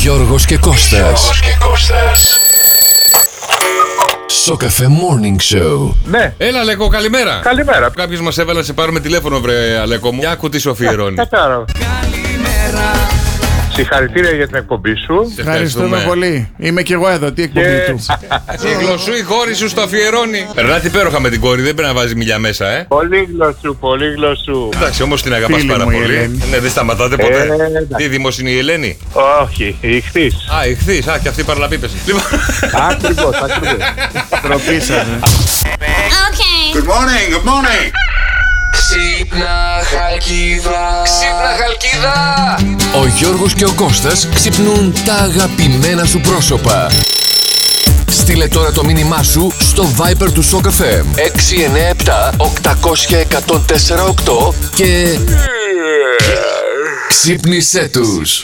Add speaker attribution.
Speaker 1: Γιώργος και Κώστας.
Speaker 2: Γιώργος και Κώστας.
Speaker 1: Σοκαφέ Morning Show.
Speaker 3: Ναι.
Speaker 4: Έλα, Αλέκο, καλημέρα.
Speaker 3: Καλημέρα.
Speaker 4: Κάποιος μας έβαλε να σε πάρουμε τηλέφωνο, βρε Αλέκο μου. Για άκου τι σου αφιερώνει.
Speaker 3: Κατάρα. Συγχαρητήρια για την εκπομπή σου.
Speaker 4: Σε
Speaker 5: Ευχαριστούμε πολύ. Είμαι και εγώ εδώ. Τι εκπομπή
Speaker 3: Και-
Speaker 5: του.
Speaker 4: Η γλωσσού η κόρη σου στο αφιερώνει. Περνάτε υπέροχα με την κόρη, δεν πρέπει να βάζεις μιλιά μέσα, ε.
Speaker 3: Πολύ γλωσσού, πολύ γλωσσού.
Speaker 4: Εντάξει, όμως την αγαπάς
Speaker 5: Φίλη
Speaker 4: πάρα
Speaker 5: μου η
Speaker 4: πολύ.
Speaker 5: Ελένη.
Speaker 4: Ναι, δεν σταματάτε ποτέ.
Speaker 3: Ε, εντάξει.
Speaker 4: Δίδυμο είναι η Ελένη.
Speaker 3: Όχι, η χτής.
Speaker 4: Α, η χθής. Α, και αυτή παραλαπίπεση. Λοιπόν,
Speaker 3: Ακριβώς, ακριβώς.
Speaker 5: Τροπή σας, ε.
Speaker 2: Good morning, good morning.
Speaker 6: Ξύπνα Χαλκίδα. Ξύπνα Χαλκίδα.
Speaker 1: Ο Γιώργος και ο Κώστας ξυπνούν τα αγαπημένα σου πρόσωπα. Στείλε τώρα το μήνυμά σου στο Viber του Σοκ FM
Speaker 2: Ναι.
Speaker 1: 697-800-1048 και ξύπνησέ τους.